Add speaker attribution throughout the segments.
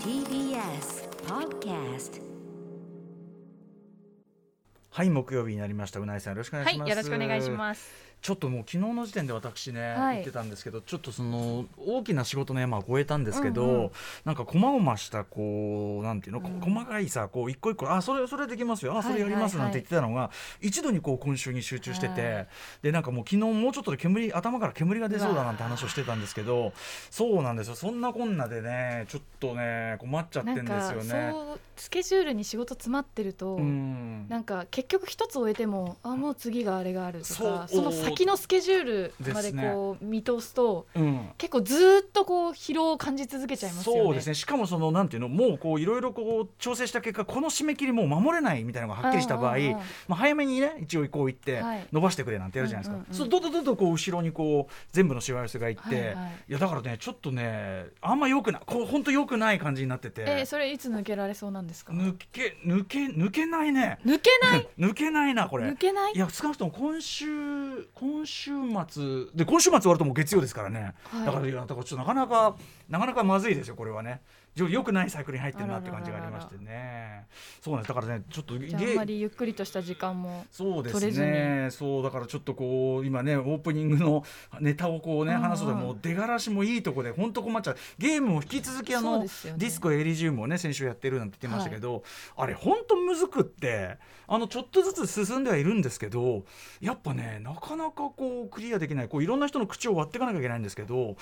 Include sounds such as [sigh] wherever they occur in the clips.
Speaker 1: TBS Podcast
Speaker 2: はい木曜日になりましたうないさんよろしくお願いします、
Speaker 3: はい、よろしくお願いします。
Speaker 2: ちょっともう昨日の時点で私ね、
Speaker 3: はい
Speaker 2: 言ってたんですけどちょっとその大きな仕事の山を越えたんですけど、
Speaker 3: うんうん
Speaker 2: なんか細々したこうなんていうの、こ細かいさこう一個一個あそれそれできますよあそれやりますなんて言ってたのが、一度にこう今週に集中してて、
Speaker 3: はい
Speaker 2: でなんかもう昨日もうちょっとで煙頭から煙が出そうだなんて話をしてたんですけどそうなんですよそんなこんなでねちょっとね困っちゃって
Speaker 3: なんん
Speaker 2: で
Speaker 3: か
Speaker 2: すよね。
Speaker 3: そうスケジュールに仕事詰まってると、
Speaker 2: うん
Speaker 3: なんか結局一つ終えてもあもう次があれがあるとか
Speaker 2: そう
Speaker 3: その先のスケジュールまでこう見通すと
Speaker 2: うん
Speaker 3: 結構ずーっとこう疲労を感じ続けちゃいますよね。
Speaker 2: そうですねしかもそのなんていうのもうこういろいろこう調整した結果この締め切りもう守れないみたいなのがはっきりした場合
Speaker 3: うんうんうん
Speaker 2: まあ、早めにね一応こう言って
Speaker 3: はい
Speaker 2: 伸ばしてくれなんてやるじゃないですか、
Speaker 3: うんうんうん
Speaker 2: そうどんどんどんどんこう後ろにこう全部のしわ寄せがいって、
Speaker 3: はいいはい
Speaker 2: やだからねちょっとねあんま良くないこう本当良くない感じになってて、
Speaker 3: えーそれいつ抜けられそうなんですか。
Speaker 2: 抜
Speaker 3: 抜
Speaker 2: け抜け抜けないね
Speaker 3: けない
Speaker 2: [laughs] 抜けないなこれ
Speaker 3: 抜けない
Speaker 2: いや少なくとも今週今週末で今週末終わるともう月曜ですからね、
Speaker 3: はい
Speaker 2: だからいやだからちょっとなかなかなかなかまずいですよこれはねよくないサイクルに入ってるなって感じがありましてねそうなんですだからねちょっと
Speaker 3: じゃああんまりゆっくりとした時間も。
Speaker 2: そうで
Speaker 3: 取れ
Speaker 2: す
Speaker 3: ず
Speaker 2: ねそうだからちょっとこう今ねオープニングの [laughs] ネタをこうね
Speaker 3: うんうん
Speaker 2: 話そうともう出がらしもいいとこで本当困っちゃうゲームも引き続きあ
Speaker 3: そう
Speaker 2: の、
Speaker 3: ですよね
Speaker 2: ディスコエリジウムをね先週やってるなんて言ってましたけど、あれ本当むずくってあのちょっとずつ進んではいるんですけどやっぱねなかなかこうクリアできないこういろんな人の口を割っていかなきゃいけないんですけど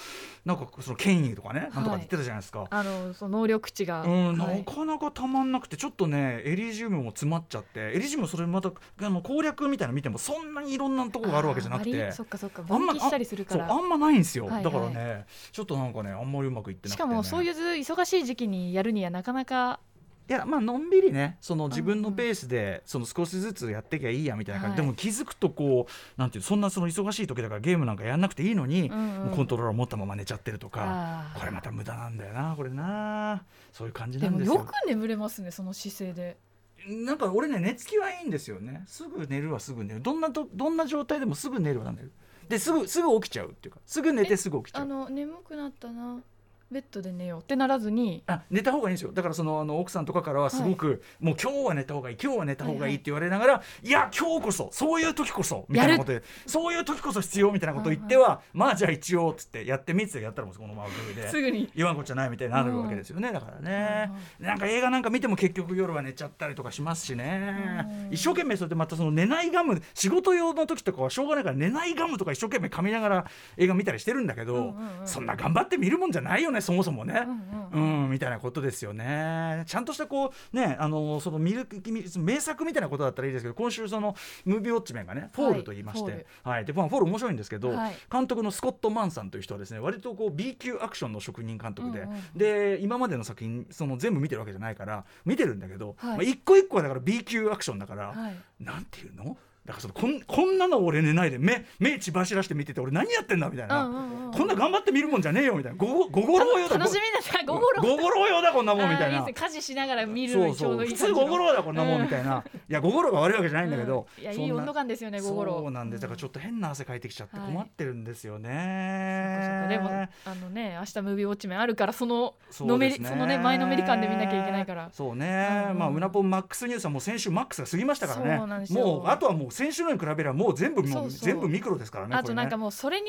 Speaker 2: なんかその権威とかねなんとかって言ってたじゃないですか。
Speaker 3: あのその能力値が、
Speaker 2: うん、
Speaker 3: はい
Speaker 2: なかなかたまんなくてちょっとねエリジウムも詰まっちゃってエリジウムそれまたあの攻略みたいなの見てもそんなにいろんなとこがあるわけじゃなく
Speaker 3: あー
Speaker 2: て
Speaker 3: 割そっかそっか
Speaker 2: あん
Speaker 3: 分
Speaker 2: ま
Speaker 3: 岐したりするから
Speaker 2: あそうあんまないんですよ、
Speaker 3: はいはい
Speaker 2: だからねちょっとなんかねあんまりうまくいってなく、
Speaker 3: して
Speaker 2: ね、
Speaker 3: かもそういうう忙しい時期にやるにはなかなか
Speaker 2: いやまあのんびりねその自分のペースでその少しずつやってきゃいいやみたいな感じ、
Speaker 3: はい
Speaker 2: でも気づくとこうなんていうそんなその忙しい時だからゲームなんかやんなくていいのに、
Speaker 3: うんうん
Speaker 2: もうコントローラー持ったまま寝ちゃってるとか
Speaker 3: あー
Speaker 2: これまた無駄なんだよなこれなそういう感じな
Speaker 3: で
Speaker 2: ん
Speaker 3: も
Speaker 2: です
Speaker 3: よく眠れますねその姿勢で
Speaker 2: なんか俺ね寝つきはいいんですよねすぐ寝るはすぐ寝るどんなとどんな状態でもすぐ寝るは寝るですぐすぐ起きちゃうっていうかすぐ寝てすぐ起きちゃ
Speaker 3: あ
Speaker 2: う
Speaker 3: の眠くなったなベッドで寝ようってならずに
Speaker 2: あ寝た方がいいんですよだからそのあの奥さんとかからはすごく、もう今日は寝た方がいい今日は寝た方がいいって言われながら、いや今日こそそういう時こそみたいなことでそういう時こそ必要みたいなことを言っては、まあじゃあ一応っつってやってみつやったらもうこのままグーです
Speaker 3: ぐに
Speaker 2: 言わんこっちゃないみたいになるわけですよね、だからね、なんか映画なんか見ても結局夜は寝ちゃったりとかしますしね、
Speaker 3: うん
Speaker 2: 一生懸命それでまたその寝ないガム仕事用の時とかはしょうがないから寝ないガムとか一生懸命噛みながら映画見たりしてるんだけど、
Speaker 3: うんうんうん
Speaker 2: そんな頑張って見るもんじゃないよねそもそもね。
Speaker 3: うんうん
Speaker 2: うんみたいなことですよね。ちゃんとしたこうねあのその見る見その名作みたいなことだったらいいですけど今週そのムービーウォッチメンがねフォールと言いまして、
Speaker 3: フォ
Speaker 2: は
Speaker 3: ー
Speaker 2: い
Speaker 3: ル
Speaker 2: でまあフォール面白いんですけど、
Speaker 3: はい
Speaker 2: 監督のスコット・マンさんという人はですね割とこう B 級アクションの職人監督で、
Speaker 3: うんうん
Speaker 2: で今までの作品その全部見てるわけじゃないから見てるんだけど、
Speaker 3: はい
Speaker 2: まあ、一個一個はだから B 級アクションだから、
Speaker 3: はい
Speaker 2: なんていうのだからそのこんこんなの俺寝ないで目目血走らして見てて俺何やってんだみたいな、
Speaker 3: うんうんうん
Speaker 2: こんな頑張って見るもんじゃねえよみたいなごごごろうよだ
Speaker 3: 楽しみだなゴゴロ
Speaker 2: ごごろうよだこんなもんみたい
Speaker 3: あー
Speaker 2: な
Speaker 3: ですね家事しながら見るの
Speaker 2: そう
Speaker 3: にちょ
Speaker 2: そうう
Speaker 3: どいい
Speaker 2: 普
Speaker 3: 感じ
Speaker 2: 通
Speaker 3: の
Speaker 2: ごごろうだこんなもんみたいな、いやごごろうが悪いわけじゃないんだけど、
Speaker 3: うんいやい
Speaker 2: そん
Speaker 3: い
Speaker 2: な
Speaker 3: 温度感ですよねゴゴロ
Speaker 2: そうなんですだからちょっと変な汗かいてきちゃって困ってるんですよね、
Speaker 3: でもあのね明日ムービーウォッチメンあるからその
Speaker 2: そ
Speaker 3: の
Speaker 2: う
Speaker 3: め
Speaker 2: で
Speaker 3: り
Speaker 2: す
Speaker 3: そ
Speaker 2: ね
Speaker 3: のね前のめり感で見なきゃいけないから
Speaker 2: そうね、
Speaker 3: うんうん
Speaker 2: まあウナポンマックスニュースはもう先週マックスが過ぎましたからね
Speaker 3: そうなんですよ
Speaker 2: もうあとはもう先週のに比べればもう全部もう
Speaker 3: そうそう
Speaker 2: 全部ミクロですからね
Speaker 3: あとなんか
Speaker 2: こ
Speaker 3: もうそれに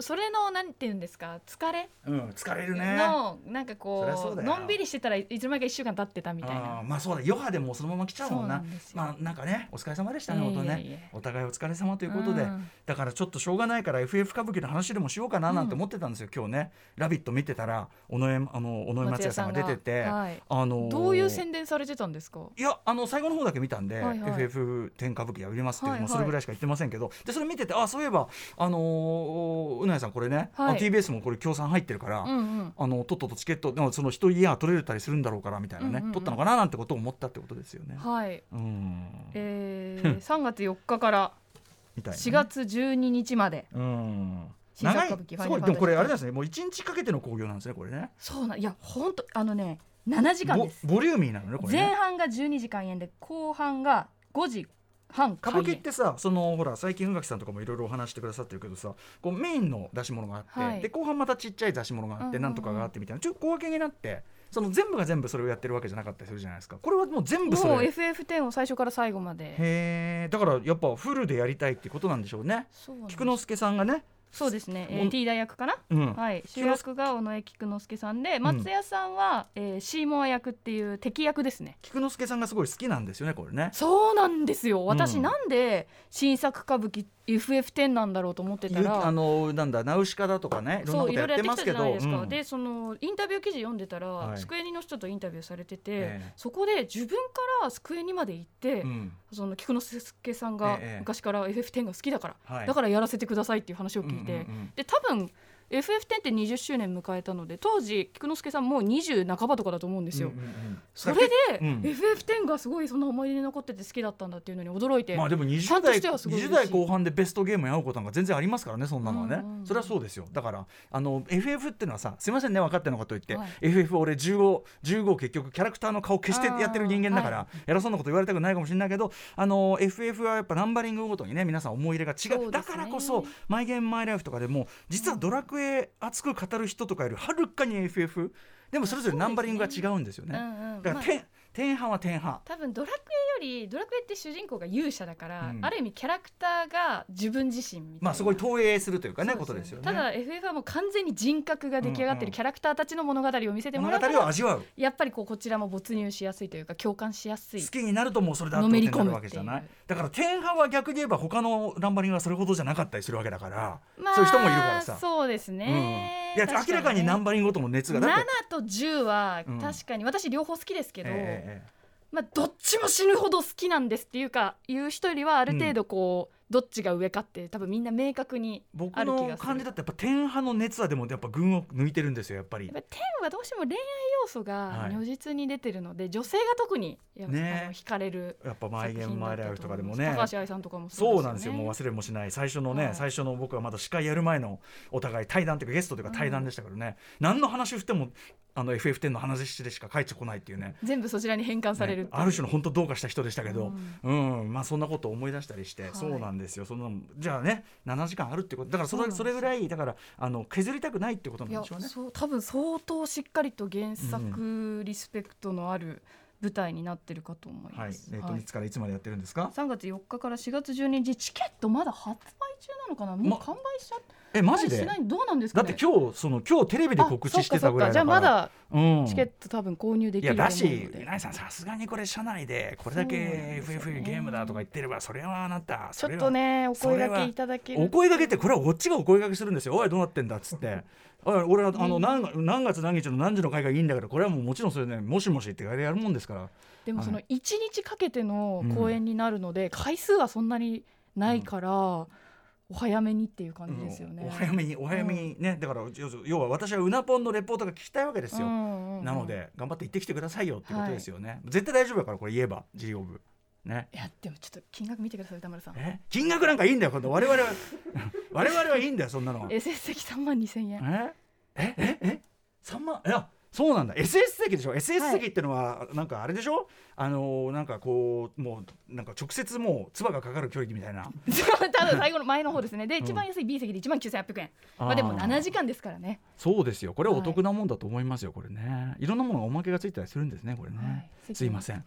Speaker 3: それのなんていうんですか疲れ
Speaker 2: れねうん、疲れるね
Speaker 3: のなんかこ
Speaker 2: そりゃそう
Speaker 3: う
Speaker 2: だよ
Speaker 3: のんびりしてたらいつの間にか1週間経ってたみたい
Speaker 2: あー
Speaker 3: な
Speaker 2: まあそうだ余波でもうそのまま来ちゃうもんな
Speaker 3: そうなんですよ
Speaker 2: まあなんかねお疲れ様でしたね
Speaker 3: いえい
Speaker 2: 本
Speaker 3: え
Speaker 2: 当
Speaker 3: いえい
Speaker 2: ね
Speaker 3: え
Speaker 2: お互いお疲れ様ということで、
Speaker 3: うん
Speaker 2: だからちょっとしょうがないから FF 歌舞伎の話でもしようかななんて思ってたんですよ、今日ね「ラビット!」見てたら尾上あの尾上松也さんが出てて、
Speaker 3: 松也さんがはい
Speaker 2: あのー
Speaker 3: どういう宣伝されてたんですか
Speaker 2: いやあの最後の方だけ見たんで、
Speaker 3: はいはい
Speaker 2: FF10 歌舞伎やりますっていう、
Speaker 3: はい
Speaker 2: もう
Speaker 3: はい
Speaker 2: それぐらいしか言ってませんけどでそれ見ててあそういえばあのーうなやさんこれね、
Speaker 3: はい
Speaker 2: あ TBS もこれ協賛入ってるから、
Speaker 3: うんうん
Speaker 2: あのとっととチケットでもその1イヤー取れたりするんだろうからみたいなね、
Speaker 3: うんうんうん
Speaker 2: 取ったのかななんてことを思ったってことですよね。
Speaker 3: はい
Speaker 2: うん
Speaker 3: えー3月4日から
Speaker 2: みたいなね
Speaker 3: 4月12日まで
Speaker 2: うん
Speaker 3: 新作
Speaker 2: 長いす
Speaker 3: 歌舞伎ファイナルファンタジー
Speaker 2: ごいでもこれあれなんですねもう1日かけての興行なんですねこれね
Speaker 3: そうなんいや本当あのね7時間です
Speaker 2: ボボリューミーなのねこれ
Speaker 3: 前
Speaker 2: ね
Speaker 3: 半が12時間演で後半が5時半
Speaker 2: 歌舞伎ってさそのほら最近宇垣さんとかもいろいろお話してくださってるけどさこうメインの出し物があって、
Speaker 3: はい
Speaker 2: で後半またちっちゃい出し物があっ
Speaker 3: うんうん
Speaker 2: て
Speaker 3: うん
Speaker 2: なんとかがあってみたいなちょっと小分けになってその全部が全部それをやってるわけじゃなかったりするじゃないですかこれはもう全部そ
Speaker 3: もう
Speaker 2: れへ
Speaker 3: FF10 を最初から最後まで
Speaker 2: えだからやっぱフルでやりたいってことなんでしょうね
Speaker 3: そうなんです
Speaker 2: 菊之助さんがね、
Speaker 3: そうですね、え
Speaker 2: う
Speaker 3: ー、
Speaker 2: ん
Speaker 3: T 大役かな、
Speaker 2: うん
Speaker 3: はい、主
Speaker 2: 菊之
Speaker 3: 役が尾上菊之助さんで松也さんは、えーシーモア役っていう敵役ですね
Speaker 2: 菊之助さんがすごい好きなんですよねこれね。
Speaker 3: そうなんですよ私、
Speaker 2: うん
Speaker 3: なんで新作歌舞伎 FF10 なんだろうと思ってた
Speaker 2: ゆあ
Speaker 3: ら
Speaker 2: のなんだナウシカだとかねいろんな
Speaker 3: そ
Speaker 2: こ
Speaker 3: う
Speaker 2: と
Speaker 3: い
Speaker 2: や
Speaker 3: ろい
Speaker 2: っ
Speaker 3: ろや
Speaker 2: ま
Speaker 3: っててき
Speaker 2: すけ
Speaker 3: たじゃ
Speaker 2: ど
Speaker 3: ないですか、
Speaker 2: うん
Speaker 3: でそのインタビュー記事読んでたら、
Speaker 2: はい
Speaker 3: スクエニの人とインタビューされてて、
Speaker 2: ええ
Speaker 3: そこで自分からスクエニまで行って、
Speaker 2: うん
Speaker 3: その菊之助さんが
Speaker 2: ええ
Speaker 3: 昔から FF10 が好きだから、
Speaker 2: はい
Speaker 3: だからやらせてくださいっていう話を聞いて、
Speaker 2: うんうんうん
Speaker 3: で多分 FF10 って20周年迎えたので当時菊之助さんもう20半ばとかだと思うんですよ。
Speaker 2: うんうんうん
Speaker 3: それで、
Speaker 2: うん
Speaker 3: FF10 がすごいその思い出に残ってて好きだったんだっていうのに驚いて、
Speaker 2: まあでも
Speaker 3: ファ
Speaker 2: 20
Speaker 3: ンと
Speaker 2: 代
Speaker 3: してはすごい嬉し
Speaker 2: 20
Speaker 3: い
Speaker 2: 代後半でベストゲームやることなんか全然ありますからねそんなのはね、
Speaker 3: うんうんうん
Speaker 2: それはそうですよだからあの FF ってのはさすいませんね分かってんのかと言って、
Speaker 3: はい
Speaker 2: FF 俺1515結局キャラクターの顔消してやってる人間だから、
Speaker 3: あ
Speaker 2: 偉そうなこと言われたくないかもしれないけどあの FF はやっぱナンバリングごとにね皆さん思い入れが違う
Speaker 3: そうですね
Speaker 2: だからこそ「マイ・ゲーム・マイ・ライフ」とかでも実はドラクエ熱く語る人とかよりはるかに FF でもそれぞれナンバリングが違うんですよ
Speaker 3: う
Speaker 2: ね。
Speaker 3: んうん
Speaker 2: だ
Speaker 3: ま
Speaker 2: から
Speaker 3: あ
Speaker 2: 天天派は天派
Speaker 3: 多分ドラクエよりドラクエって主人公が勇者だから、
Speaker 2: うん
Speaker 3: ある意味キャラクターが自分自身みたいな。
Speaker 2: まあそこに投影するというかねことですよね。
Speaker 3: ただ FF はもう完全に人格が出来上がっ
Speaker 2: う
Speaker 3: て
Speaker 2: んう
Speaker 3: る
Speaker 2: ん
Speaker 3: キャラクターたちの物語を見せてもら
Speaker 2: 物
Speaker 3: う
Speaker 2: 語
Speaker 3: か
Speaker 2: を
Speaker 3: ら
Speaker 2: 味わう
Speaker 3: やっぱりこうこちらも没入しやすいというか共感しやすい
Speaker 2: 好きになるともうそれだって
Speaker 3: のめり
Speaker 2: こと
Speaker 3: 込
Speaker 2: に
Speaker 3: む
Speaker 2: なるわけじゃないだから天派は逆に言えば他のナンバリングはそれほどじゃなかったりするわけだから、
Speaker 3: まあ
Speaker 2: そういう人もいるからさ
Speaker 3: そうですね、
Speaker 2: うん、いや明らかにナン
Speaker 3: バ
Speaker 2: バリングごとも熱がだって
Speaker 3: 7と10は
Speaker 2: うん
Speaker 3: 確かに、私両方好きですけど、
Speaker 2: えええ
Speaker 3: まあ、どっちも死ぬほど好きなんですっていうかいう人よりはある程度こう、どっちが上かって多分みんな明確に
Speaker 2: え僕
Speaker 3: ある気がす
Speaker 2: の
Speaker 3: る
Speaker 2: 感じだとやっぱ天派の熱はでもやっぱ群を抜いてるんですよやっぱり
Speaker 3: やっぱり天はどうしても恋愛要素が
Speaker 2: はい
Speaker 3: 如実に出てるので、女性が特にやっぱ、
Speaker 2: ね
Speaker 3: あの惹かれる
Speaker 2: やっぱ「マイ・ゲーム・マイ・ライフ」とかでも
Speaker 3: 作
Speaker 2: ね
Speaker 3: 品だったと思います高橋愛さんとかも
Speaker 2: そうなんですよ
Speaker 3: ね
Speaker 2: もう忘れもしない最初のね、
Speaker 3: はい
Speaker 2: 最初の僕はまだ司会やる前のお互い対談というかゲストというか対談でしたからね、何の話振ってもあの FF10 の話でしか書いてこないっていうね
Speaker 3: 全部そちらに変換されるっ
Speaker 2: ね
Speaker 3: ていう、
Speaker 2: ある種の本当どうかした人でしたけど、うんまあ、そんなことを思い出したりして、
Speaker 3: はい
Speaker 2: そうなんですよそんなのじゃあね7時間あるってことだからそれ
Speaker 3: そ
Speaker 2: そうれ
Speaker 3: なんです
Speaker 2: ぐ
Speaker 3: よ
Speaker 2: らいだからあの削りたくないってこと
Speaker 3: い
Speaker 2: なん
Speaker 3: や
Speaker 2: でしょうね。
Speaker 3: そう多分相当しっかりと原作リスペクトのある舞台になってるかと思い
Speaker 2: はい、えっ、
Speaker 3: ます、
Speaker 2: と、い、つからいつまでやってるんですか。
Speaker 3: 3月4日から4月12日チケットまだ発売中なのかなもう
Speaker 2: ま
Speaker 3: 完売しちゃっ
Speaker 2: え、マ
Speaker 3: た
Speaker 2: ジ
Speaker 3: り
Speaker 2: で。
Speaker 3: しないどうなんです
Speaker 2: だ
Speaker 3: か
Speaker 2: っ
Speaker 3: ね
Speaker 2: て今日、その今日テレビで告知してたぐらいだから。
Speaker 3: あそっかそっかじゃあまだ
Speaker 2: うん
Speaker 3: チケット多分購入で
Speaker 2: い
Speaker 3: きる
Speaker 2: や
Speaker 3: と思
Speaker 2: だ
Speaker 3: うの
Speaker 2: し、
Speaker 3: で、
Speaker 2: ナイさん、さすがにこれ、社内でこれだけ
Speaker 3: そうなんですよ
Speaker 2: FF
Speaker 3: ね
Speaker 2: ゲームだとか言ってれば、それはあなた、
Speaker 3: ち
Speaker 2: そ
Speaker 3: ょ
Speaker 2: れ
Speaker 3: っ
Speaker 2: は
Speaker 3: とねお声
Speaker 2: それ
Speaker 3: 掛
Speaker 2: は
Speaker 3: けいただける
Speaker 2: お声掛けってこれはこっちがお声掛けするんですよ「おいどうなってんだ」っつって「おい俺はあの何が何月何日の何時の会がいいんだからこれはもうもちろんそれねもしもしってあれやるもんですから
Speaker 3: でもその
Speaker 2: は
Speaker 3: 1日かけての公演になるので、回数はそんなにないから、お早めにっていう感じですよね。
Speaker 2: お早めにお早めにね、だから要要は私はうなぽんのレポートが聞きたいわけですよ、
Speaker 3: うんうんうん
Speaker 2: なので頑張って行ってきてくださいよってことですよね、絶対大丈夫だからこれ言えば事業部ね
Speaker 3: いやでもちょっと金額見てください歌丸さん。
Speaker 2: え金額なんかいいんだよ今度我々は [laughs] 我々はいいんだよそんなのは
Speaker 3: え成績3万2千円。
Speaker 2: ええええ三万いやそうなんだ SS 席でしょ SS 席ってのはなんかあれでしょ、あのーなんかこうもうなんか直接もう唾がかかる距離みたいな
Speaker 3: ただ最後の前の方ですね。で
Speaker 2: うん
Speaker 3: 一番安い B 席で1万9800円。ま
Speaker 2: あー
Speaker 3: あでも7時間ですからね。
Speaker 2: そうですよこれはお得なもんだと思いますよ、これねいろんなものがおまけがついたりするんですねこれね、
Speaker 3: はい
Speaker 2: すいません
Speaker 3: う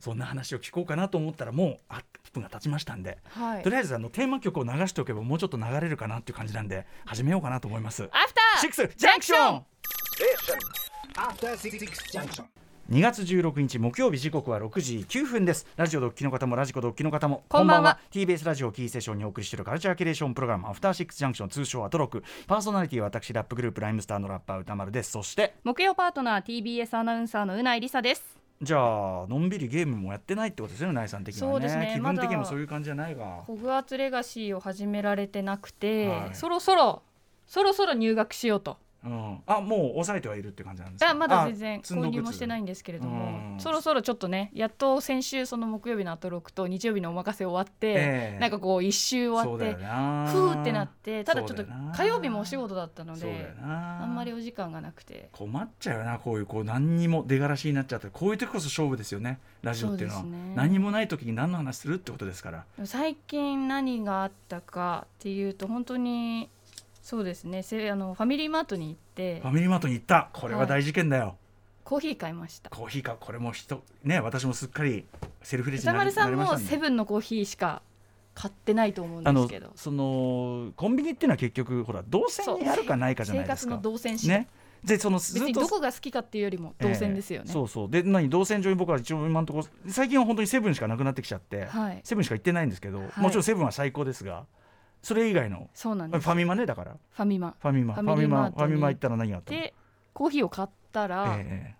Speaker 2: そんな話を聞こうかなと思ったらもう8分が経ちましたんで、
Speaker 3: はい
Speaker 2: と。りあえずあのテーマ曲を流しておけばもうちょっと流れるかなっていう感じなんで始めようかなと思います
Speaker 3: アフター
Speaker 2: シックスジャンクション
Speaker 4: After Six Junction.
Speaker 2: 2月16日木曜日時刻は6時9分ですラジオドッキの方もラジコドッキの方も
Speaker 3: こんばんは
Speaker 2: TBS ラジオをキーセーションにお送りしているカルチャーキュレーションプログラムアフターシックスジャンクション通称アトロクパーソナリティは私ラップグループライムスターのラッパー歌丸ですそして
Speaker 3: 木曜パートナー TBS アナウンサーのうないりさです。
Speaker 2: じゃあのんびりゲームもやってないってことですよねナイさん的にはね
Speaker 3: そうですね
Speaker 2: 気分的に
Speaker 3: ま
Speaker 2: も
Speaker 3: だ
Speaker 2: そういう感じじゃないが
Speaker 3: ホグワーツレガシーを始められてなくて、
Speaker 2: はい
Speaker 3: そろそろそろそろ入学しようと
Speaker 2: うん、あもう抑えてはいるって感じなんですか
Speaker 3: あまだ全然
Speaker 2: あ
Speaker 3: 購入もしてないんですけれど
Speaker 2: うん
Speaker 3: もそろそろちょっとねやっと先週その木曜日のアトロックと日曜日のお任せ終わって、
Speaker 2: ええ
Speaker 3: なんかこう一周終わっ
Speaker 2: そうだ
Speaker 3: て
Speaker 2: よな
Speaker 3: ふーってなってただちょっ
Speaker 2: そ
Speaker 3: と
Speaker 2: うだよな
Speaker 3: 火曜日もお仕事だったの
Speaker 2: そうだよ
Speaker 3: で
Speaker 2: な
Speaker 3: あんまりお時間がなくて
Speaker 2: 困っちゃうよなこういうこう何にも出がらしになっちゃってこういう時こそ勝負ですよねラジオっていうのは
Speaker 3: そうですね
Speaker 2: 何もない時に何の話するってことですから
Speaker 3: 最近何があったかっていうと本当にそうですねせあのファミリーマートに行って
Speaker 2: ファミリーマートに行ったこれは大事件だよ、
Speaker 3: コーヒー買いました
Speaker 2: コーヒーかこれも人ね私もすっかりセルフレジにな
Speaker 3: 歌
Speaker 2: り
Speaker 3: 丸さ
Speaker 2: な
Speaker 3: ん
Speaker 2: りま
Speaker 3: も
Speaker 2: したんで
Speaker 3: セブンのコーヒーしか買ってないと思うん
Speaker 2: あ
Speaker 3: です
Speaker 2: の
Speaker 3: けど
Speaker 2: そのコンビニっていうのは結局ほら動線にあるかないかじゃな
Speaker 3: 生
Speaker 2: いです
Speaker 3: 活
Speaker 2: か
Speaker 3: の動線しか
Speaker 2: ねでそのず
Speaker 3: 別
Speaker 2: っ
Speaker 3: に
Speaker 2: と
Speaker 3: どこが好きかっていうよりも動線ですよ
Speaker 2: え
Speaker 3: ね。
Speaker 2: えそうそうで何動線上に僕は一応今のところ最近は本当にセブンしかなくなってきちゃって、
Speaker 3: はい。
Speaker 2: セブンしか行ってないんですけど、
Speaker 3: はい
Speaker 2: もちろんセブンは最高ですがそれ以外の
Speaker 3: そうなん
Speaker 2: フ
Speaker 3: です。
Speaker 2: ァミマねだから
Speaker 3: ファミマ
Speaker 2: ファミマ
Speaker 3: フ
Speaker 2: フ
Speaker 3: ァ
Speaker 2: ァ
Speaker 3: ミリー
Speaker 2: ミ
Speaker 3: マー
Speaker 2: マ
Speaker 3: ト
Speaker 2: フ
Speaker 3: に
Speaker 2: ァミマ行ったら何があったの
Speaker 3: でコーヒーを買ったら、
Speaker 2: え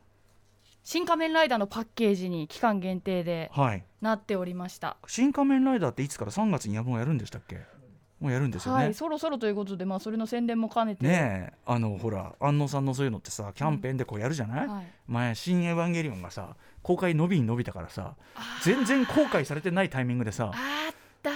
Speaker 3: 新仮面ライダーのパッケージに期間限定で
Speaker 2: えはい
Speaker 3: なっておりました。
Speaker 2: 新仮面ライダーっていつから3月にもうやるんでしたっけもうやるんですよね、
Speaker 3: はい。そろそろということで、まあそれの宣伝も兼ねて。
Speaker 2: ねえあのほら安野さんのそういうのってさキャンペーンでこうやるじゃない、
Speaker 3: はい。
Speaker 2: 前「新エヴァンゲリオン」がさ公開伸びに伸びたからさ全然後悔されてないタイミングでさ
Speaker 3: あった。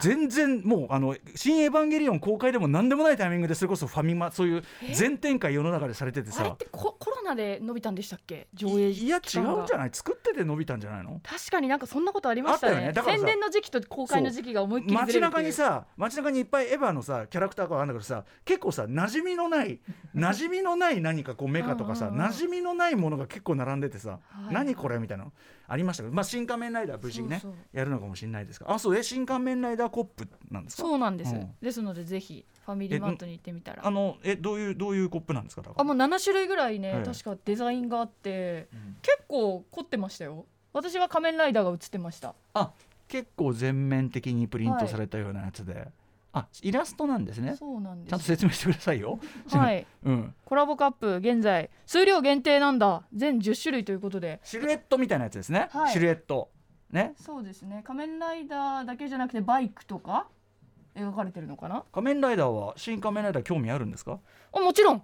Speaker 2: 全然もうあの「新エヴァンゲリオン」公開でも何でもないタイミングでそれこそファミマそういう全展開世の中でされてて
Speaker 3: あれっ
Speaker 2: さ
Speaker 3: てココロナで伸びたんでしたっけ？上映
Speaker 2: いや
Speaker 3: 期
Speaker 2: 違
Speaker 3: 間が
Speaker 2: うんじゃない作ってて伸びたんじゃないの
Speaker 3: 確かになんかそんなことありました
Speaker 2: あった
Speaker 3: ね。
Speaker 2: よねだからさ
Speaker 3: 宣伝の時期と公開の時期が思いっきりずれるっ
Speaker 2: 街
Speaker 3: ていう
Speaker 2: 中にさ街中にいっぱいエヴァのさキャラクターがあるんだけどさ結構さ馴染みのない馴染みのない何かこうメカとかさ
Speaker 3: うんうんうん
Speaker 2: 馴染みのないものが結構並んでてさ、
Speaker 3: はい
Speaker 2: 何これみたいなのありましたけど、まあ、新仮面ライダー無事にね
Speaker 3: そうそう
Speaker 2: やるのかもしれないですがあそうえ新仮面ライダーコップなんですか
Speaker 3: そうなんです。
Speaker 2: うん
Speaker 3: ですのでぜひファミリーマートに行ってみたら
Speaker 2: あ。のえどういうどういうコップなんですかだから
Speaker 3: あもう7種類ぐらいね、
Speaker 2: はい
Speaker 3: 確かデザインがあって
Speaker 2: うん
Speaker 3: 結構凝ってましたよ私は仮面ライダーが映ってました
Speaker 2: あ結構全面的にプリントされたようなやつで、あイラストなんですね
Speaker 3: そうなん
Speaker 2: ちゃ
Speaker 3: で
Speaker 2: んと
Speaker 3: す
Speaker 2: 説明してくださいよ、 [laughs]
Speaker 3: はい
Speaker 2: うん、
Speaker 3: コラボカップ現在数量限定なんだ全10種類ということで
Speaker 2: シルエットみたいなやつですね、
Speaker 3: はい
Speaker 2: シルエットね
Speaker 3: そうですね仮面ライダーだけじゃなくてバイクとか描かれてるのかな
Speaker 2: 仮面ライダーは新仮面ライダー興味あるんですか
Speaker 3: あもちろん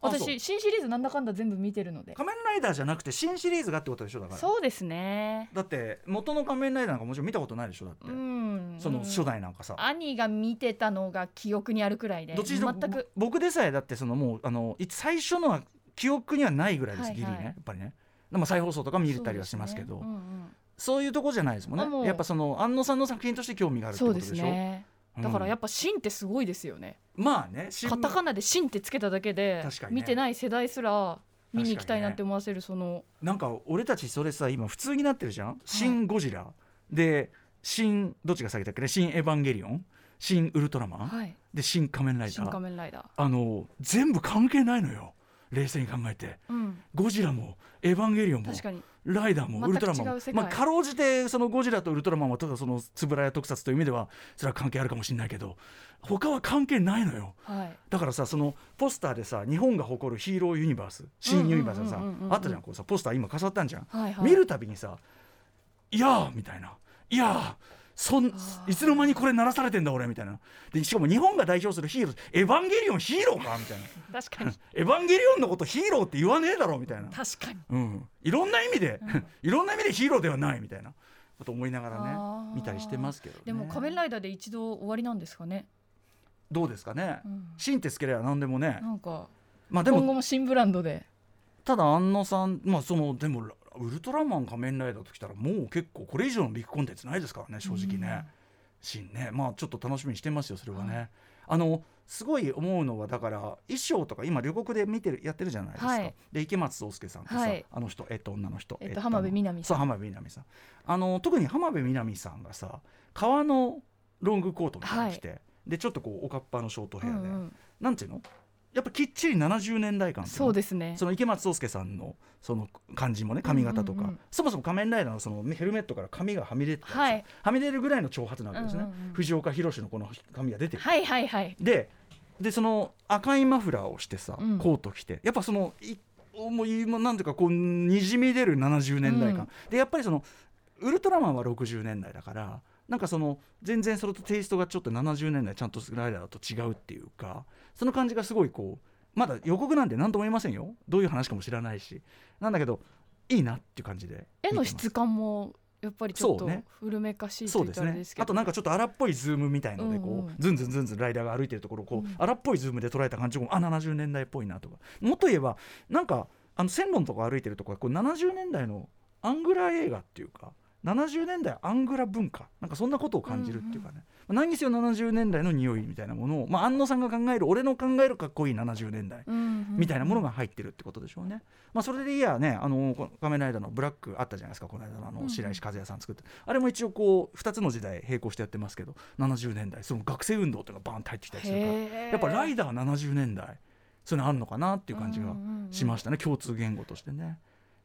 Speaker 2: あそう
Speaker 3: 私新シリーズなんだかんだ全部見てるので
Speaker 2: 仮面ライダーじゃなくて新シリーズがってことでしょだから
Speaker 3: そうですね
Speaker 2: だって元の仮面ライダーなんかもちろん見たことないでしょだって、
Speaker 3: うん
Speaker 2: その初
Speaker 3: 代
Speaker 2: 代なんかさ、
Speaker 3: 兄が見てたのが記憶にあるくらいで
Speaker 2: どっちにしろ
Speaker 3: 全く
Speaker 2: ぼ僕でさえだってそのもうあのい最初のは記憶にはないぐらいです、
Speaker 3: はいはい
Speaker 2: ギリねやっぱりねでも再放送とか見れたりはしますけど
Speaker 3: そ
Speaker 2: そうう,、
Speaker 3: ですねうんうん
Speaker 2: いうとこじゃないですもんね
Speaker 3: あもう
Speaker 2: やっぱその安野さんの作品として興味があるって
Speaker 3: そ
Speaker 2: こ
Speaker 3: う
Speaker 2: と
Speaker 3: で
Speaker 2: でし
Speaker 3: す
Speaker 2: ょ
Speaker 3: ね。
Speaker 2: うん
Speaker 3: だからやっぱ「シン」ってすごいですよね。
Speaker 2: まあね新
Speaker 3: カタカナで「シン」ってつけただけで、
Speaker 2: 確かにね
Speaker 3: 見てない世代すら見に行きたいなって思わせるその、
Speaker 2: なんか俺たちそれさ今普通になってるじゃん「シン・ゴジラ」で「新どっちが先だっけね「新エヴァンゲリオン」「新ウルトラマン」
Speaker 3: はい、
Speaker 2: で「新仮面ライダ
Speaker 3: 新仮
Speaker 2: ー」
Speaker 3: 面ライダー。
Speaker 2: あの全部関係ないのよ冷静に考えて
Speaker 3: うん、
Speaker 2: ゴジラもエヴァンゲリオンも
Speaker 3: 確かに
Speaker 2: ライダーも
Speaker 3: 全く
Speaker 2: ウルトラマン
Speaker 3: 違
Speaker 2: も
Speaker 3: う世界
Speaker 2: まあ、かろうじてそのゴジラとウルトラマンはただその円谷特撮という意味ではそれは関係あるかもしれないけど他は関係ないのよ
Speaker 3: はい
Speaker 2: だからさそのポスターでさ日本が誇るヒーローユニバース新ユニバースのさ
Speaker 3: うんうんうんうんうん
Speaker 2: あったじゃんこうさポスター今飾ったんじゃん、
Speaker 3: はいはい
Speaker 2: 見るたびにさ「いやー」みたいな「いやー」そん
Speaker 3: ー
Speaker 2: いつの間にこれ鳴らされてんだ俺みたいなでしかも日本が代表するヒーロー「エヴァンゲリオンヒーローか」みたいな
Speaker 3: [laughs] [laughs] 確かに
Speaker 2: 「エヴァンゲリオンのことヒーローって言わねえだろ」みたいな、
Speaker 3: 確かに
Speaker 2: うん、いろんな意味で、 [laughs] いろんな意味でヒーローではないみたいなこと思いながら
Speaker 3: あ
Speaker 2: ね
Speaker 3: ー
Speaker 2: 見たりしてますけど、ね、
Speaker 3: でも「仮面ライダー」で一度終わりなんですかね、
Speaker 2: どうですかね、
Speaker 3: うん、
Speaker 2: シンってつければ何でもね、
Speaker 3: なんか
Speaker 2: まあで
Speaker 3: 今
Speaker 2: も
Speaker 3: 後も新ブランドで
Speaker 2: ただ安野さんまあそのでもラウルトラマン仮面ライダーときたらもう結構これ以上のビッグコンテンツないですからね正直ね、新ねまあちょっと楽しみにしてますよそれはね、あのすごい思うのはだから衣装とか今旅国で見てるやってるじゃないですか、
Speaker 3: はい
Speaker 2: で池松壮亮さんってさ、
Speaker 3: はい
Speaker 2: あの人えっと女の人、
Speaker 3: えっと浜辺美波
Speaker 2: そ
Speaker 3: さん
Speaker 2: う浜辺美波さんあの特に浜辺美波さんがさ革のロングコートみたいなの着て、でちょっとこうおかっぱのショート
Speaker 3: う
Speaker 2: ヘアで、
Speaker 3: んうん、
Speaker 2: なんていうのやっぱきっちり70年代感っていの
Speaker 3: そうですね
Speaker 2: その池松壮亮さんのその感じもね髪型とか、
Speaker 3: うんうんうん
Speaker 2: そもそも仮面ライダーのそのヘルメットから髪がはみ出てたんですよ
Speaker 3: はい
Speaker 2: はみ出るぐらいの長髪なわけですね、
Speaker 3: うんうんうん
Speaker 2: 藤岡弘のこの髪が出てる、
Speaker 3: はいはいはい
Speaker 2: ででその赤いマフラーをしてさ、
Speaker 3: うん
Speaker 2: コート着てやっぱそのいもう今なんていうかこうにじみ出る70年代感、でやっぱりそのウルトラマンは60年代だからなんかその全然それとテイストがちょっと70年代ちゃんとスライダーと違うっていうかその感じがすごいこうまだ予告なんて何とも言いませんよどういう話かも知らないしなんだけどいいなっていう感じで
Speaker 3: 絵の
Speaker 2: 見てます
Speaker 3: 質感もやっぱりちょ
Speaker 2: そ
Speaker 3: っと
Speaker 2: うね
Speaker 3: 古めかしいと
Speaker 2: そう
Speaker 3: 言っ
Speaker 2: で
Speaker 3: た
Speaker 2: す
Speaker 3: らあれ
Speaker 2: ね
Speaker 3: ですけど
Speaker 2: あとなんかちょっと荒っぽいズームみたいのでこう、
Speaker 3: うんうん
Speaker 2: ずんずんずんずんライダーが歩いてるところをこう、
Speaker 3: うん
Speaker 2: 荒っぽいズームで捉えた感じもあ70年代っぽいなとかもっと言えばなんかあの線路のとこ歩いてるとこはこう70年代のアングラ映画っていうか70年代アングラ文化なんかそんなことを感じるっていうかね、何にせよ70年代の匂いみたいなものを、まあ、安野さんが考える俺の考えるかっこいい70年代
Speaker 3: うんうん
Speaker 2: みたいなものが入ってるってことでしょうね。まあ、それでいやね、あのこの仮面ライダーのブラックあったじゃないですか、この間のあ
Speaker 3: うんう
Speaker 2: の
Speaker 3: ん
Speaker 2: 白石和也さん作って、あれも一応こう2つの時代並行してやってますけど、70年代その学生運動とかバーンと入ってきたりするから、
Speaker 3: へー
Speaker 2: やっぱライダー70年代そういうのあるのかなっていう感じがしましたね、共通言語としてね。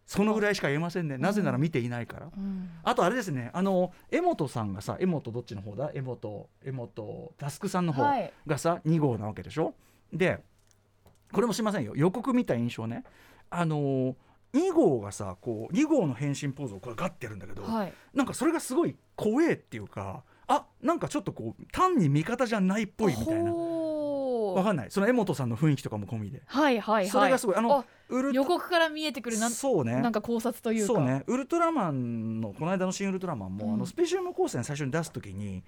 Speaker 2: そのぐらいしか言えませんね。なぜなら見ていないから。
Speaker 3: うん
Speaker 2: あとあれですね、あの江本さんがさ、江本どっちの方だ？江本江本タスクさんの方。
Speaker 3: はい
Speaker 2: がさ2号なわけでしょでこれもしませんよ予告見た印象ねあのー2号がさこう2号の変身ポーズをこれガッてやるんだけど、
Speaker 3: はい
Speaker 2: なんかそれがすごい怖えっていうかあなんかちょっとこう単に味方じゃないっぽいみたいな
Speaker 5: ほ
Speaker 2: わ
Speaker 5: ー
Speaker 2: かんないその江本さんの雰囲気とかも込みで、
Speaker 3: はいはい
Speaker 2: それがすごいあの
Speaker 5: あ
Speaker 2: ウル
Speaker 5: 予告から見えてくるなん
Speaker 2: そうね
Speaker 3: なんか考察というか
Speaker 2: そうねウルトラマンのこの間の「新ウルトラマンも」
Speaker 3: うん
Speaker 2: あのスペシウム光線最初に出す時に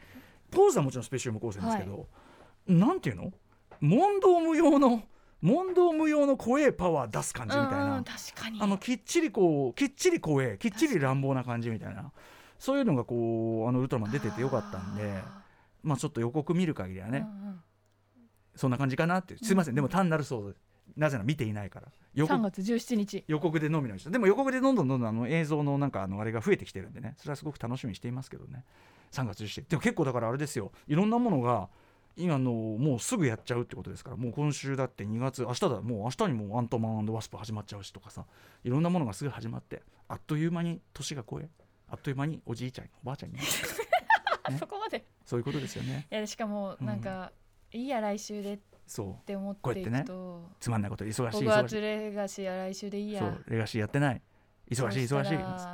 Speaker 2: ポーズはもちろんスペシウム光線ですけど、なんていうの問答無用の問答無用の怖えパワー出す感じみたい
Speaker 3: うんう
Speaker 2: なん
Speaker 3: 確かに
Speaker 2: あのきっちりこうきっちり怖えきっちり乱暴な感じみたいなそういうのがこうあのウルトラマン出ててよかったんでまあちょっと予告見る限りはね、そんな感じかなってすいません、でも単なる想像ですなぜなら見ていないから予告
Speaker 3: 3月17日
Speaker 2: 予告でのみの人でも予告でどんどんどんどんあの映像のなんかあのあれが増えてきてるんでねそれはすごく楽しみにしていますけどね3月17日でも結構だからあれですよいろんなものが今のもうすぐやっちゃうってことですからもう今週だって2月明日だもう明日にもうアントマンワスプ始まっちゃうしとかさいろんなものがすぐ始まってあっという間に年が超えあっという間におじいちゃんおばあちゃんになるね
Speaker 3: そこまで
Speaker 2: そういうことですよね
Speaker 5: いやしかもなんか、いいや来週でっ
Speaker 2: そう
Speaker 5: て思
Speaker 2: こ
Speaker 5: っ
Speaker 2: う
Speaker 5: て
Speaker 2: やっ
Speaker 5: い
Speaker 2: てね
Speaker 5: くと
Speaker 2: つまんないことで忙しい
Speaker 5: 僕
Speaker 2: 忙
Speaker 5: は
Speaker 2: しい
Speaker 5: レガシーは来週でいいや
Speaker 2: そうレガシーやってない忙しい忙しいなんつっ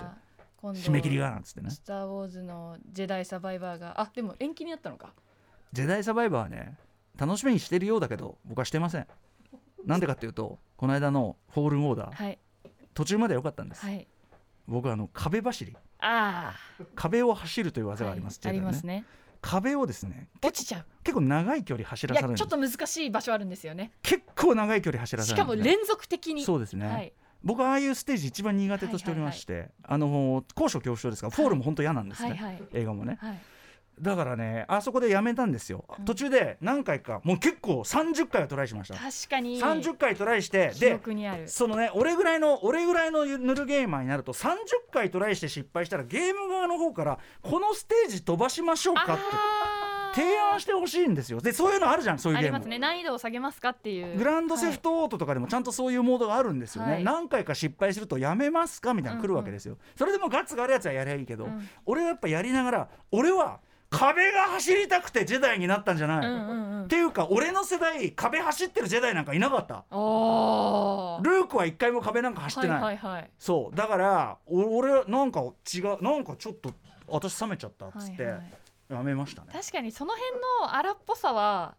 Speaker 5: 今
Speaker 2: て
Speaker 5: 度
Speaker 2: 締め切りがなんつってね
Speaker 5: スター・ウォーズのジェダイサバイバーがあでも延期になったのか
Speaker 2: ジェダイサバイバーはね楽しみにしてるようだけど僕はしてませんなんでかっていうとこの間の「フォールンオーダー
Speaker 5: はい」
Speaker 2: 途中までは良かったんです、
Speaker 5: はい
Speaker 2: 僕はあの壁走り
Speaker 5: あ
Speaker 2: 壁を走るという
Speaker 5: あ
Speaker 2: 技があります、
Speaker 5: あ
Speaker 2: ジ
Speaker 5: り
Speaker 2: ェダイ
Speaker 5: ますね
Speaker 2: 壁をですね
Speaker 5: 落ちちゃう
Speaker 2: 結構長い距離走ら
Speaker 5: いや
Speaker 2: されるんで
Speaker 5: ち
Speaker 2: す
Speaker 5: ょっと難しい場所あるんですよね
Speaker 2: 結構長い距離走ら
Speaker 5: し
Speaker 2: され
Speaker 5: か
Speaker 2: るん
Speaker 5: も
Speaker 2: ですね
Speaker 5: 連続的に
Speaker 2: そうですね、
Speaker 5: はい
Speaker 2: 僕はああいうステージ一番苦手としておりまして、あの高所恐怖症ですからフォールも本当嫌なんですね、
Speaker 5: はいはい
Speaker 2: 映画もね
Speaker 5: はい
Speaker 2: だからねあそこでやめたんですよ、
Speaker 5: うん
Speaker 2: 途中で何回かもう結構30回はトライしました
Speaker 5: 確かに
Speaker 2: 30回トライして
Speaker 5: 記
Speaker 2: で
Speaker 5: 憶にある
Speaker 2: そのね俺ぐらいの俺ぐらいのぬるゲーマーになると30回トライして失敗したらゲーム側の方からこのステージ飛ばしましょうかって
Speaker 5: あー
Speaker 2: 提案してほしいんですよでそういうのあるじゃんそういう
Speaker 5: あ
Speaker 2: ゲ
Speaker 5: り
Speaker 2: ーム
Speaker 5: ますね難易度を下げますかっていう
Speaker 2: グランドセフトオートとかでもちゃんとそういうモードがあるんですよね、
Speaker 5: はい
Speaker 2: 何回か失敗するとやめますかみたいなの来るわけですよ、それでもガッツがあるやつはやりゃいいけど、
Speaker 5: うん
Speaker 2: 俺はやっぱやりながら俺は壁が走りたくてジェダイになったんじゃない、
Speaker 5: はいうんうんうん
Speaker 2: っていうか俺の世代壁走ってるジェダイなんかいなかった
Speaker 5: あー
Speaker 2: ルークは一回も壁なんか走ってない、
Speaker 5: はいはいはい
Speaker 2: そうだからお俺なんか違うなんかちょっと私冷めちゃったっつって
Speaker 5: はいはい
Speaker 2: やめましたね、
Speaker 5: 確かにその辺の荒っぽさは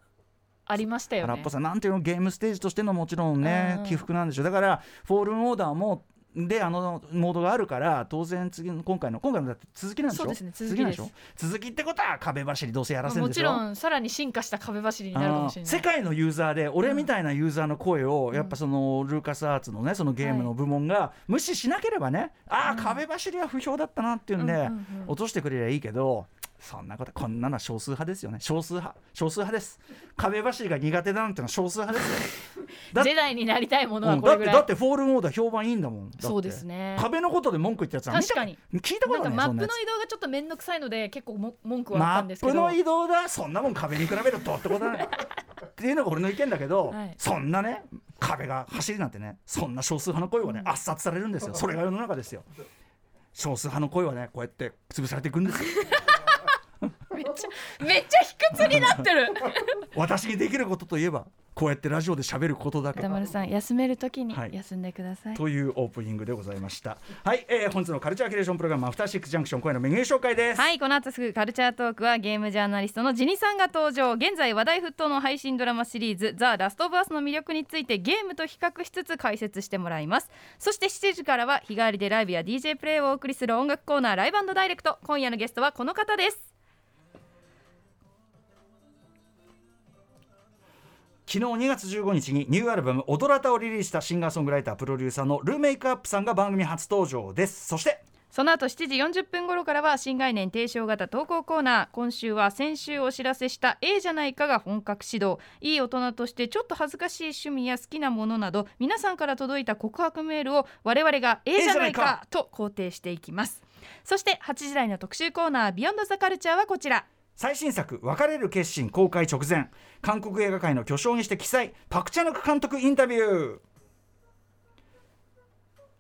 Speaker 5: ありましたよね
Speaker 2: 荒っぽさなんていうのゲームステージとしてのもちろんね
Speaker 5: うん
Speaker 2: 起伏なんでしょうだからフォールンオーダーもであのモードがあるから当然次の今回の今回のだって続きなんでしょ
Speaker 5: そうですね続きです
Speaker 2: 続きなんしょ続きってことは壁走りどうせやらせ
Speaker 5: ま
Speaker 2: る
Speaker 5: あも
Speaker 2: んで
Speaker 5: ち
Speaker 2: しょ
Speaker 5: ろんさらに進化した壁走りになるかもしれ
Speaker 2: あの
Speaker 5: ない
Speaker 2: 世界のユーザーで俺みたいなユーザーの声を、やっぱそのルーカスアーツのねそのゲームの部門が無視しなければね、ああ壁走りは不評だったなっていうんで、
Speaker 5: うんうんうん
Speaker 2: 落としてくれりゃいいけどそんなことこんなのは少数派ですよね少数派少数派です壁走りが苦手だなんてのは少数派ですだ
Speaker 5: ジェダイになりたいもの
Speaker 2: よ、う
Speaker 5: は
Speaker 2: ん
Speaker 5: こ
Speaker 2: だ
Speaker 5: れ
Speaker 2: っ
Speaker 5: ぐ
Speaker 2: て
Speaker 5: らい、
Speaker 2: だってフォールンオーダー評判いいんだもんだって
Speaker 5: そうですね
Speaker 2: 壁のことで文句言ってるやつは見た
Speaker 5: 確かに
Speaker 2: 聞いたこ
Speaker 5: なん
Speaker 2: とな
Speaker 5: か
Speaker 2: い
Speaker 5: マップの移
Speaker 2: そんなやつ
Speaker 5: 動がちょっと面倒くさいので結構も文句はあ
Speaker 2: マ
Speaker 5: ったんで
Speaker 2: ッ
Speaker 5: すけ
Speaker 2: プ
Speaker 5: ど
Speaker 2: の移動だそんなもん壁に比べるとどうってこと
Speaker 5: [laughs]
Speaker 2: ないっていうのが俺の意見だけど、
Speaker 5: はい
Speaker 2: そんなね壁が走りなんてねそんな少数派の声はね、圧殺されるんですよそれが世の中ですよ少数派の声はねこうやって潰されていくんですよ
Speaker 5: めっちゃ卑屈になってる
Speaker 2: 私にできることといえばこうやってラジオで喋ることだけ
Speaker 3: 歌丸さん休めるときに
Speaker 2: はい
Speaker 3: 休んでください、
Speaker 2: というオープニングでございました。はい、えー本日のカルチャーキュレーションプログラム、アフターシックスジャンクション、今夜のメニュー紹介です。
Speaker 3: はいこの後すぐカルチャートークはゲームジャーナリストのジニさんが登場現在話題沸騰の配信ドラマシリーズ「ザ・ラスト・オブ・アス」の魅力についてゲームと比較しつつ解説してもらいますそして7時からは日替わりでライブや DJ プレイをお送りする音楽コーナーライブダイレクト今夜のゲストはこの方です
Speaker 2: 昨日2月15日にニューアルバム「踊らた」をリリースしたシンガーソングライタープロデューサーのルーメイクアップさんが番組初登場ですそして
Speaker 3: その後7時40分頃からは新概念提唱型投稿コーナー今週は先週お知らせした「ええじゃないか」が本格始動いい大人としてちょっと恥ずかしい趣味や好きなものなど皆さんから届いた告白メールを我々が「ええじゃないか」と肯定していきますそして8時台の特集コーナー「ビヨンドザカルチャーはこちら
Speaker 2: 最新作「別れる決心」公開直前韓国映画界の巨匠にして記載パク・チャヌク監督インタビュー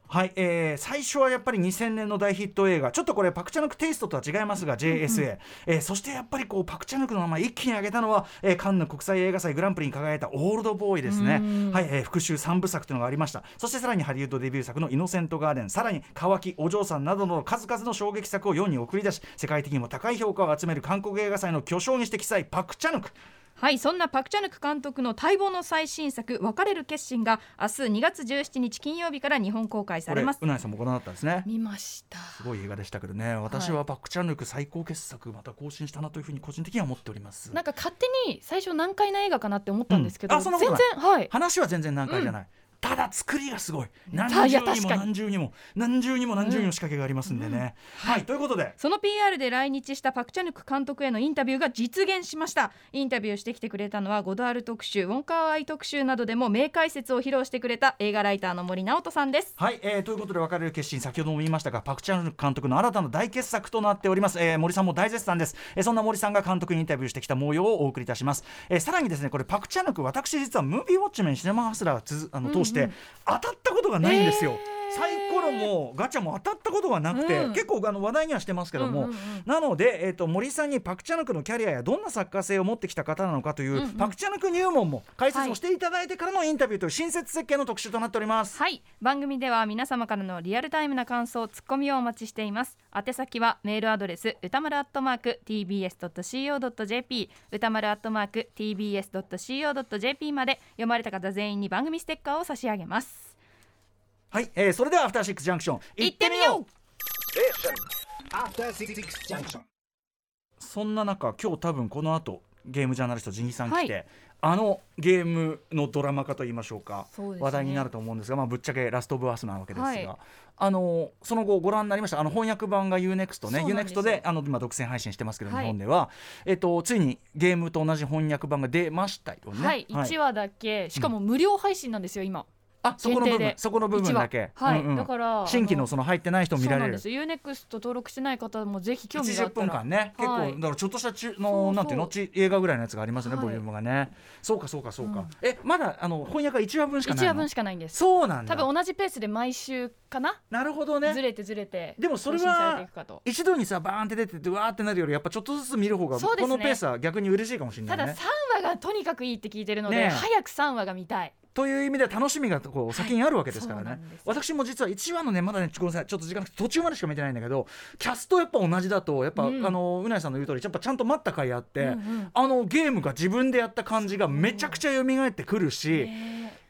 Speaker 2: はいえー最初はやっぱり2000年の大ヒット映画ちょっとこれパク・チャヌクテイストとは違いますが JSA、えーそしてやっぱりこうパク・チャヌクの名前一気に上げたのは、えーカンヌ国際映画祭グランプリに輝いた「オールドボーイ」ですね、はいえー復讐3部作というのがありましたそしてさらにハリウッドデビュー作の「イノセント・ガーデン」さらに「乾き」「お嬢さん」などの数々の衝撃作を世に送り出し世界的にも高い評価を集める韓国映画祭の巨匠にして記載パク・チャヌク
Speaker 3: はいそんなパク・チャヌク監督の待望の最新作「別れる決心」が明日2月17日金曜日から日本公開さ
Speaker 2: こ
Speaker 3: れ
Speaker 2: れ
Speaker 3: ます
Speaker 2: うないさんもご覧になったんですね
Speaker 6: 見ました
Speaker 2: すごい映画でしたけどね私はパク・チャヌク最高傑作また更新したなというふうに個人的には思っております
Speaker 6: なんか勝手に最初難解な映画かなって思ったんですけど、
Speaker 2: うんあそんな
Speaker 6: 全
Speaker 2: こと
Speaker 6: 然
Speaker 2: ない
Speaker 6: はい
Speaker 2: 話は全然難解じゃない、ただ作りがすごい何
Speaker 6: あい
Speaker 2: 重
Speaker 6: や
Speaker 2: に
Speaker 6: 確
Speaker 2: も
Speaker 6: かに
Speaker 2: 何重にも何重にも何重にも仕掛けがありますんでね、はいということで
Speaker 3: その PR で来日したパク・チャヌク監督へのインタビューが実現しましたインタビューしてきてくれたのはゴダール特集ウォンカーアイ特集などでも名解説を披露してくれた映画ライターの森直人さんです
Speaker 2: はい、えーということで別れる決心先ほども言いましたがパク・チャン監督の新たな大傑作となっております、えー森さんも大絶賛です、えーそんな森さんが監督にインタビューしてきた模様をお送りいたします、えーさらにですねこれパク・チャンク私実はムービーウォッチメンシネマハスラーつづあの通して当たったことがないんですよ、サイコロもガチャも当たったことがなくて、
Speaker 6: うん
Speaker 2: 結構あの話題にはしてますけど
Speaker 6: う
Speaker 2: も、
Speaker 6: んうんうん
Speaker 2: なので、えー、と森さんにパク・チャヌクのキャリアやどんな作家性を持ってきた方なのかという、パク・チャヌク入門も解説をしていただいてからのインタビューという新設設計の特集となっております。
Speaker 3: はい番組では皆様からのリアルタイムな感想ツッコミをお待ちしています宛先はメールアドレス歌丸アットマーク tbs.co.jp 歌丸アットマーク tbs.co.jp まで読まれた方全員に番組ステッカーを差し上げます
Speaker 2: はい、えーそれではアフターシックスジャンクション
Speaker 3: 行ってみよう
Speaker 4: Station. After Six Junction.
Speaker 2: そんな中今日多分この後ゲームジャーナリストジギさん来て、
Speaker 3: は
Speaker 2: あのゲームのドラマ化といいましょうか
Speaker 3: そうですね
Speaker 2: 話題になると思うんですが、まあ、ぶっちゃけ「ラスト・オブ・アス」なわけですが、
Speaker 3: はい
Speaker 2: あのその後ご覧になりましたあの翻訳版が UNEXT ね
Speaker 3: そうなんです
Speaker 2: UNEXT
Speaker 3: よ
Speaker 2: であの今独占配信してますけど、
Speaker 3: はい
Speaker 2: 日本では、えっと、ついにゲームと同じ翻訳版が出ましたよね。
Speaker 6: はい、一話だけしかも無料配信なんですよ今
Speaker 2: あそこの部
Speaker 6: 限定
Speaker 2: 分
Speaker 6: で
Speaker 2: そこの部分だけ、
Speaker 6: はい、
Speaker 2: うんうん
Speaker 6: だから
Speaker 2: 新規
Speaker 6: あ
Speaker 2: のその入ってない人も見られる
Speaker 6: そうなんです UNEXT 登録してない方もぜひ興味があ
Speaker 2: 80
Speaker 6: った
Speaker 2: 分
Speaker 6: ら
Speaker 2: 間ね結構、
Speaker 6: はい
Speaker 2: だからちょっとした中の
Speaker 6: そうそう
Speaker 2: なんていうのち映画ぐらいのやつがありますね、
Speaker 6: はい
Speaker 2: ボリュームがねそうかそうかそうか、えまだあの翻訳は1話分しかない
Speaker 6: 1
Speaker 2: の
Speaker 6: 話分しかないんです
Speaker 2: そうなんだ
Speaker 6: 多分同じペースで毎週かな、
Speaker 2: なるほど
Speaker 6: ず
Speaker 2: ね
Speaker 6: れてずれて
Speaker 2: でもそれは
Speaker 6: 更新されていくかと
Speaker 2: 一度にさバーンって出てってわーってなるよりやっぱちょっとずつ見る方が、
Speaker 6: そうで
Speaker 2: こ
Speaker 6: すね
Speaker 2: のペースは逆に嬉しいかもしれな
Speaker 6: た
Speaker 2: いね
Speaker 6: だ3話がとにかくいいって聞いてるので、
Speaker 2: ねえ
Speaker 6: 早く3話が見たい
Speaker 2: という意味では楽しみがこう先にあるわけですからね、
Speaker 6: そうなんです
Speaker 2: 私も実は1話のねまだねごめんなさいちょっと時間なくて途中までしか見てないんだけどキャストやっぱ同じだとやっぱ、
Speaker 6: うん
Speaker 2: あのうないさんの言う通りやっぱちゃんと待った回あって、
Speaker 6: うんうん
Speaker 2: あのゲームが自分でやった感じがめちゃくちゃ蘇ってくるし、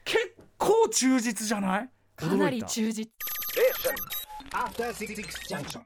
Speaker 2: 結構忠実じゃない
Speaker 6: かな
Speaker 2: 驚い
Speaker 6: り
Speaker 2: た
Speaker 6: 忠実
Speaker 4: After Six Junction.